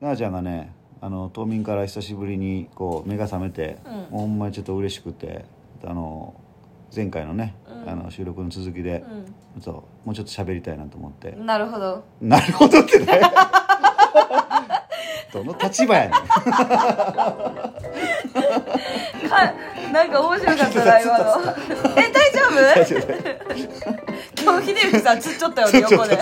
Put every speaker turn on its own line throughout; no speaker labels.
なあちゃんがねあの冬眠から久しぶりにこう目が覚めて、
うん
もうほんまにちょっと嬉しくてあの前回のね、
うん
あの収録の続きで、そうもうちょっと喋りたいなと思って
う、んなるほど
なるほどって ねどの立場やねん
かなんか面白 かったな今のえ大丈夫
大丈夫
今日秀幸さんつっちょったよね横で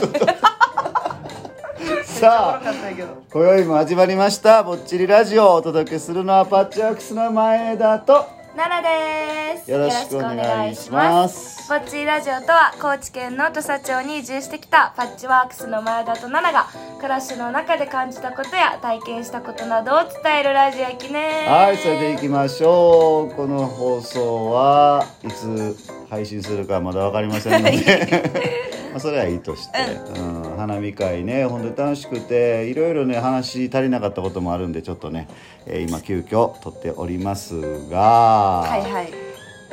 さあ
かったけど
今宵も始まりました「ぼっちりラジオ」をお届けするのはパッチワークスの前田と
奈良です
よろしくお願いします
パッチラジオとは高知県の土佐町に移住してきたパッチワークスの前田と奈々が暮らしの中で感じたことや体験したことなどを伝えるラジオやきね
はいそれでいきましょうこの放送はいつ配信するかまだ分かりませんので まあそれはいいとして、うん花見会ね本当に楽しくていろいろね話足りなかったこともあるんでちょっとね、えー今急遽撮っておりますが、
はいはい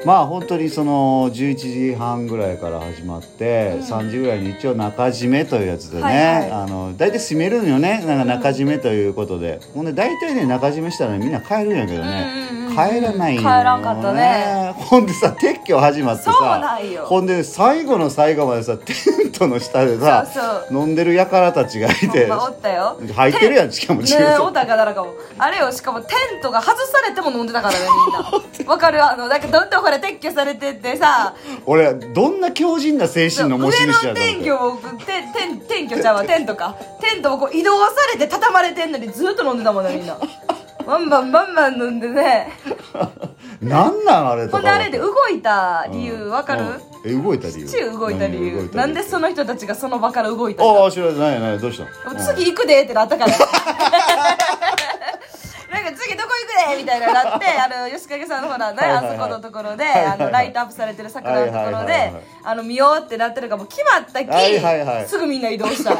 まあ本当にその11時半ぐらいから始まって、3時ぐらいに一応中締めというやつでね、
はいはい
あの大体締めるのよねなんか中締めということで、ほんで大体ね中締めしたらねみんな帰るんやけどね、
うんうんうんうん
帰らないんよ、ね、
帰らんかったね
ほんでさ撤去始まって
そう
さ
なんよ
ほんで最後の最後までさテントの下でさ
そうそう
飲んでる輩たちがい
ほ
て
んまおったよ
入ってるやんしかも
ねえおたかだらかもあれよしかもテントが外されても飲んでたからね みんなわかるあのなんかどんどんほら撤去されてってさ
俺どんな強靭な精
上
神の
の
持ち主やと思って
転居をててん転居ちゃうわテントかテントをこう移動されて畳まれてんのにずっと飲んでたもんねみんなバンバンバンバン飲んでね
なんなんあれとか
ほんであれで動いた理由わかる、
うんえ動いた理由
宇宙動いた理由なんでそ
の
の人たちがその場から動いた
あ
か
あ知らないないないどうしたの
次行くでってなったから なんか次どこ行くでみたいななってあの吉影さんのほらね
はいはいはい
あそこのところで
はいはいは
あ
い
のライトアップされてる桜のとこ
は
ろ
いはいはい
で
はい
あの見ようってなってるからもう決まったき、
はいはいはい
すぐみんな移動した は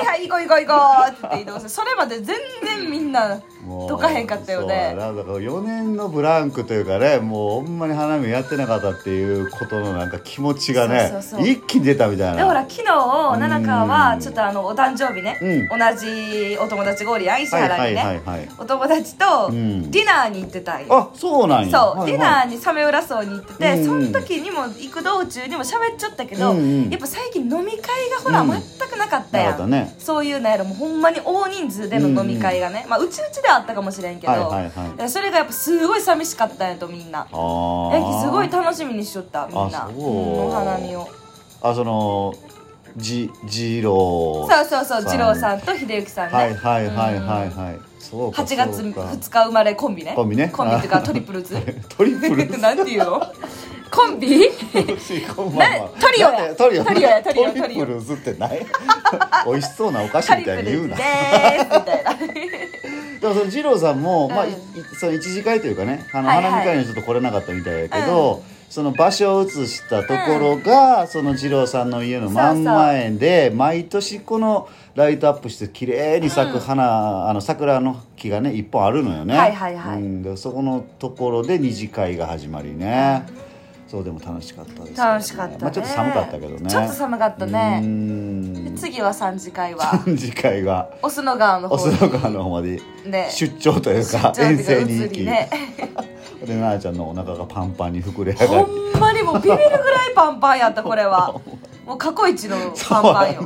いはい行こう行こう行こうって言って移動してそれまで全然みんな
もう
どかへんかったよ
そう
ね
やなだから4年のブランクというかねもうほんまに花見やってなかったっていうことのなんか気持ちがね
そうそうそう
一気に出たみたい
で
な
ほら昨日奈々香
う
は
ん
ちょっとあのお誕生日ね、
うん
同じお友達ゴーリア石原にね、
はいはいはいはい
お友達と
う
デ
ん
ィナーに行ってたんよ、
あそうなんや
そう、ディナ
ー
ーにサメ浦荘に行ってて、
うん
その時にも行く道中にも喋っちゃったけど、
うんうん
やっぱ最近飲み会がほら、
うん
全くなかったや
なか
ん
ったね
そういうのやろもうほんまに大人数での飲み会がね、まあうちうちではあったかもしれんけど、
はいはいはい
だからそれがやっぱすごい寂しかったんやとみんな
あ
ヤンキ
ー
ーすごい楽しみにしとったみんな、
あそうん
お花見を
あそのじジロ
そうそうそう二郎さんと秀幸さんね、
はいはいはいはいはいそうか
8月
そうか
2日生まれコンビね
コンビね
コンビっていうかトリプルズ
トリプル
なんていうのコンビなトリオや
トリオ
トリオやトリオ
トリプルズってない美味しそうなお菓子
カ
み
リプ
たい
ル
に言
で
う
ーすみ
な
たいな
でもその二郎さんも、まあ、
うん
いその一次会というかねあの
はいはい
花見会にちょっと来れなかったみたいやけど、その場所を移したところが、その二郎さんの家の真ん前で毎年このライトアップして綺麗に咲く花、あの桜の木がね一本あるのよね
はいはいはい
うん、でそこのところで二次会が始まりね、そうでも楽しかったです、
楽しかったね
まあ、ちょっと寒かったけどね
ちょっと寒かったね
うーん
次は3次会は
次回は
オスの川の
オ
方
ス
に
の川の方まで
ね
出張というか
出張
遠
っていうか
征に行
移
き、
りね
で奈々ちゃんのお腹がパンパンに膨れ上が
ほ
り
んまにもうビビるぐらいパンパンやったこ れはもう過去一のパンパンよ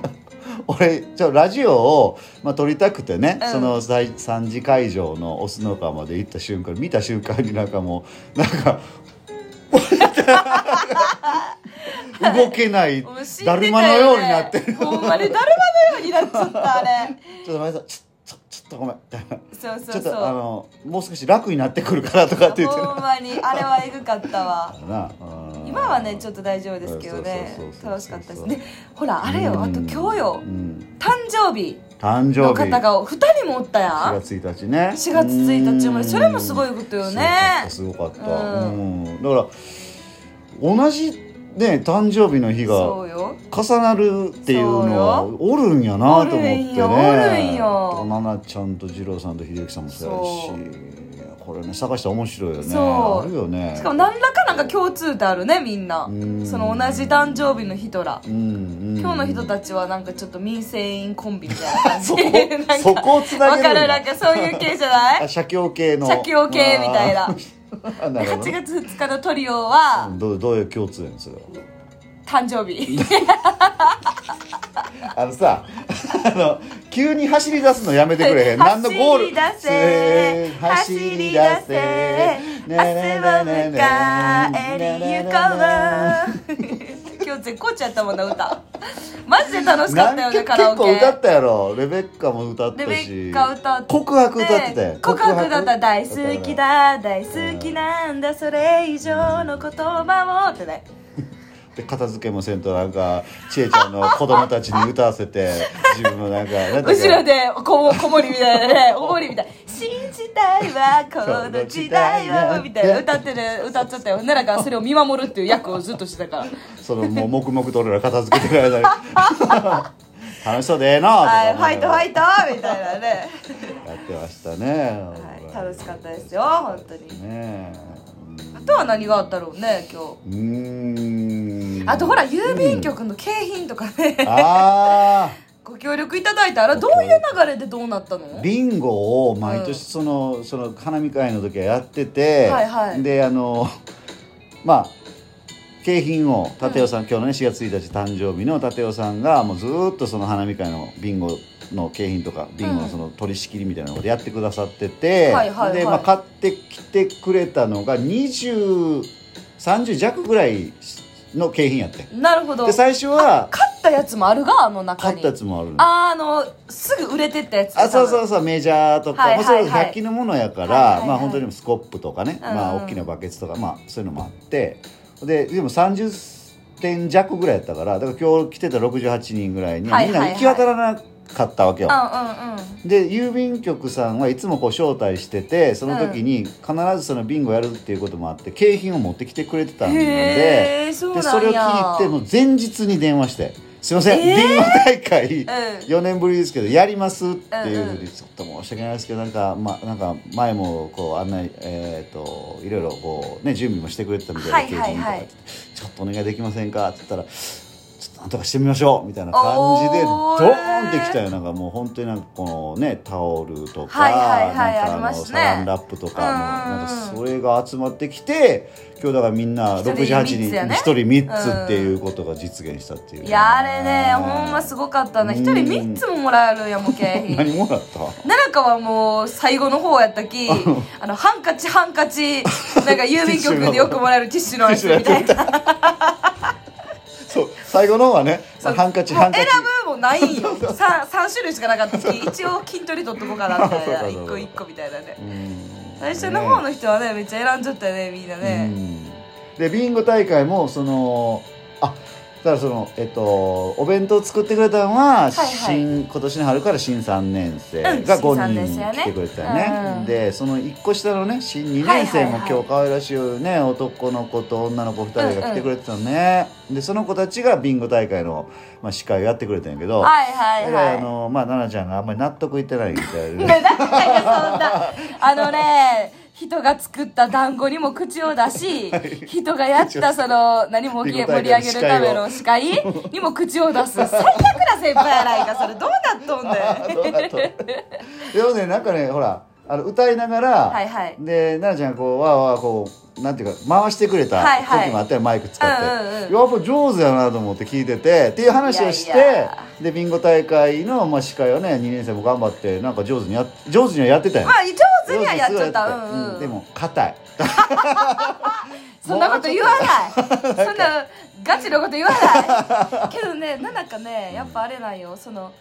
俺ちょラジオを、まあ、撮りたくてね、
うん
その最3次会場のオスの川まで行った瞬間見た瞬間になんかもうなんか 動けない
もう死んでた
だ
よ、ね、
るまのようになってる
ほんまにだるまのようになっちゃったあれ
ちょっとごめんなさいちょちょちょっとごめんみたいな
そうそ
ち
うそ
ょ
う
っとあのもう少し楽になってくるからとかって言って
ほんまにあれはえぐかった わ
ななうん
今はねちょっと大丈夫ですけどね
そうそうそうそう
楽しかったですねほらあれよ
うん
あと今日よ
うん
誕生日
誕生
の
日
方が2人もおったや
4
ん
月1日ね
4月1日生まれそれもすごいことよね
すごかったすごかった、う
うん
だから同じね誕生日の日が
そうよ
重なるっていうのは
そう
おるんやなと思ってね
おるんよおるんよ
ななちゃんと二郎さんと秀樹さんもそうやしこれね探したら面白いよね
そう
あるよね
しかも何らかなんか共通点あるねみんな
うん
その同じ誕生日の人ら
うんうん
今日の人たちはなんかちょっと民生委員コンビみたいな感じ
そこ
なんか
そこをつなげるんだ
わかるなんかそういう系じゃな
あ
い
写経系の
社協系みたいな
あーなるほど
8
ね
月2日のトリオは
どうどういう共通点ですよ
誕生日
あのさあの急に走り出すのやめてくれへん何のゴール
走り出せ
走り出せ
明日は迎えに行こう今日絶好調やったもんな歌マジで楽しかったよ
なん
ね
か
カラオ
結構
ケ
歌ったやろレベッカも歌ったし
レベッカ歌って
告白歌ってたよ
で告白だったら大好き
だ
だ大好きなんだそれ以上の言葉をってね
で片付けもせんとなんかちえちゃんの子供たちに歌わせて自分もなんかなんだっけ
後ろでこもこもりみたいな ねおもりみたい新時代はこの時 代はみたいな歌ってる歌っちゃったよならかそれを見守るっていう役をずっとしてたから
そのもう黙々と俺ら片付けてる間 に楽しそうでええなとか
はい、
思
ファイトフ
ながら
ァイトみたいなね、
やってましたね、
はい、楽しかったですよ本当に
ね
あとは何があったろうね今
えうー
日
ん
あとほら郵便局の景品とかね、
あ
ご協力いただいたあれどういう流れでどうなったの
あビンゴを毎年その,、その花見会の時はやってて、
はいはい
であの まあ景品を立尾さん、今日のね4月1日誕生日の立尾さんがもうずーっとその花見会のビンゴの景品とかビンゴのその取り仕切りみたいなことやってくださってて、
はいはいはい
で、まあ、買ってきてくれたのが2030弱ぐらいの景品やって
なるほど
で最初は
買ったやつもあるがあの中
買
に
ったやつもあるの
あーあのすぐ売れてったやつ
あそうそううそうメジャーとか、
はい
まあそれこそ
はいはい
100均のものやから、
はいはいはい
まあ本当にスコップとかね、
うんうん
まあ大きなバケツとかまあそういうのもあってででも30点弱ぐらいやったからだから今日来てた68人ぐらいにみん
はいはい
な
はい
行き渡らなかったわけよ、
うんうんうん
で郵便局さんはいつもこう招待しててその時に必ずそのビンゴやるっていうこともあって景品を持ってきてくれてたんで。
へえそう
で
なん
そ
や
れを聞いてもう前日に電話して「すいません、
えー
ビンゴ大会
うん
4年ぶりですけどやります」っていうふ
う
うん
うん
にちょっと申し訳ないですけどなんか,、ま、なんか前もこう案内、えー、といろいろこう、ね、準備もしてくれてたみたいな
はいはい
とか
はい
ってちょっとお願いできませんか?」って言ったら「ちょっとなんとかしてみましょう」みたいな感じで
お
ド
ー
ーンってきたよなんかもう本当になんかこのねタオルとか
はいはいは
なん
い
か
あり
の
ます
サ
ね
ランラップとかも
うんうん
なんかそれが集まってきて今日だからみんな
一人
68
三つや
人
ね
一人三つっていうことが実現したっていう、
いやあれねほんます
ご
ごかったな一人
うん
3つももらえるんやもん景 品
何もらった
奈良かはもう最後の方やったきあのハンカチハンカ チなんか郵便局でよくもらえるティッシュのやつみたいな
そう最後の方はねハンカチ
もう
ハンカチ
選ぶもない んよ 3, 三種類しかなかったき一応筋トレ取っとこうかなみた いな
そうそうそう
1個1個みたいなね
うん
最初の方の人はねめっちゃ選んじゃったよねみんな
う
ね
んでビンゴ大会もそのあだからそのえっとお弁当作ってくれたのは、
いはい
新今年の春から新3年生
うん
が
新三
5
年生
人
やね
来てくれたよね、
うん
でその1個下のね新2年生も
はいはいはい
今日可愛らしいね男の子と女の子2人が来てくれてたのね、でその子たちがビンゴ大会の、まあ、司会をやってくれたんやけど、
はいはい
だから
はい
あのまあ奈々ちゃんがあんまり納得いってないみたいな
ねなんかそんなあのね人が作った団子にも口を出し、人がやったその何も盛り上げるための司会にも口を出す最悪な先輩やないかそれどうなっとんねん
どうだとでもねなんかねほらあの歌いながら、
はいはい
で奈々ちゃんがこうわーわーこうなんていうか回してくれた
はいはい
時もあったよ、マイク使って、
うんうんうん
やっぱ上手やなと思って聞いててっていう話をして
いやいや
でビンゴ大会の、まあ、司会をね2年生も頑張ってなんか上手にやっ上手にはやってたよ、
まあ上手にはやっちゃった
上手にすごいや
うん
て
うん、
でも硬い
そんなこと言わないそんなガチのこと言わないけどねなんかねやっぱあれなんよその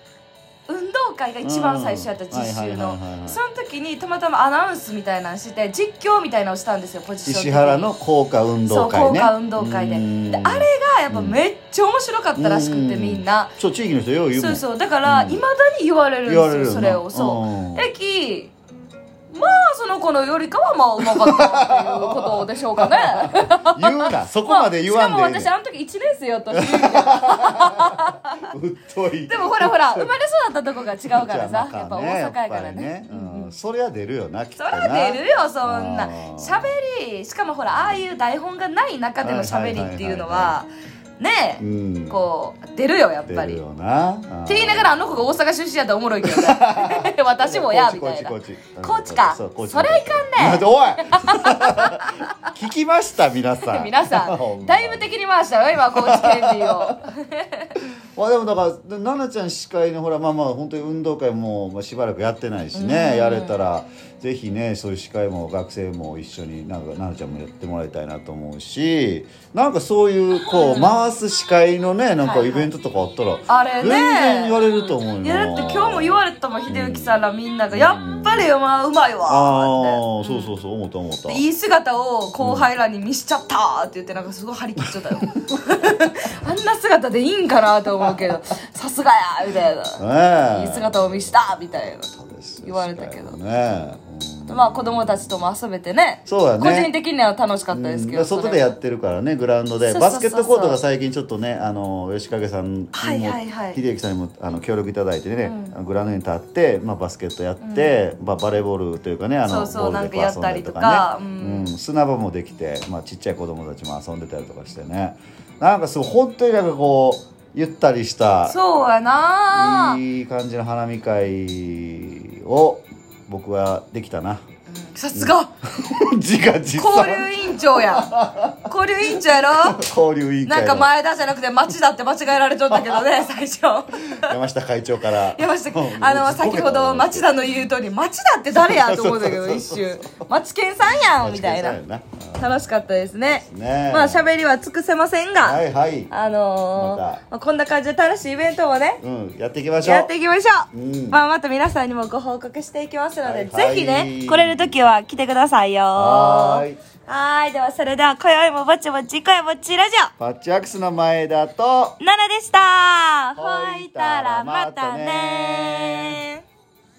運動会が一番最初やった
うん
実習
はいは
の
いはいはいはい
その時にたまたまアナウンスみたいなのして実況みたいなのをしたんですよポジション的に
石原の効果運動会ね
そう効果運動会で
うん
であれがやっぱめっちゃ面白かったらしくて
うん
みんな
そう地域の人よう言うも
そ
ん
うそうだから
うん
いまだに言われるんで
言われ
す
るよな
よそれをそう
うん
駅まあその子のよりかはまあうまかったっていうことでしょうかね
言うなそ こまで言わんでええね
まあ
ん
し かも私あの時1年生やったし
うっとい
でもほらほら生まれ育ったとこが違うから
じゃあまあ
さやっぱ大阪やからね
ねうんうん、そりゃ出るよなきっ
そ
と
り
な
ゃ出るよそんな
あー
喋りしかもほらああいう台本がない中での喋りっていうのはね
うん
えこう出るよやっ
出
ぱ
る
りっ
よなって
言いながらあの子が大阪出身やったらおもろいけどね私もやみたいな
コー
高
チ
知か
うコーチ
それはいかんね
おい 聞きました皆さん
皆さ
ほま
んだいぶ敵に回したよ今高知県人を
まあでもだから奈々ちゃん司会のほらまあまあ本当に運動会もまあしばらくやってないしね、
うん
やれたらぜひねそういう司会も学生も一緒になんか奈々ちゃんもやってもらいたいなと思うしなんかそういうこう回す司会のねなんかイベントとかあったら
あれ
全
ね
然言われると思うよ
いやだって今日も言われたもん秀幸さんらみんなが「やっぱりお前うまいわ」
ああ
って
そうそうそう思った思った
でいい姿を後輩らに見しちゃったって言ってなんかすごい張り切っちゃったよ あんな姿でいいんかなと思うけどさすがやみたいな
ねえ
いい姿を見したみたい
そうですよ
言われたけど
司会もね、
なまあ子供たちとも遊べてね
そうだね
個人的には楽しかったですけど、
うん外でやってるからねグラウンドで
そうそ
バ
うそうそう
スケットコートが最近ちょっとねあの吉影さんにも、
はいはいはい
秀樹さんにもあの協力いただいてね、あのグラウンドに立って、まあ、バスケットやって、まあ、バレーボールというかねあの
そうそう
ボールでこ
なんかやったり
遊んだ
とかう
ね
ん
うん砂場もできて、まあ、ちっちゃい子供たちも遊んでたりとかしてねなんかすごい本当になんかこうゆったりした
そうやな、うん
いい感じの花見会を僕はできたな
さすが
自画自
交
賛
流委員長や交流委員長やろ
交流委員
な
会
ん
の
か前田じゃなくて町だって間違えられちゃったけ どね最初
山下会長から
山下君
うん
あの先ほど町田の言う通り町田って誰やと思うん だけど一瞬町健さんやんみたいな
間違えたよ
楽しかったですね
ねえ
まあ喋りは尽くせませんが、
なはいはい
あの
ま
ーまあこんな感じで楽しいイベントもね
うんやっていきましょう
やっていきましょう、
うん
まあ、また皆さんにもご報告していきますので、
はいはい
ぜひね来れる時は来てくださいよ
はーい
はーいではそれでは今宵もぼちぼち声ぼっちラジオ
パッチワークスの前だと
ナナでした
ほ
ほ
い
い
た
た
ら
ら
ま
ま
た
た
ね
ね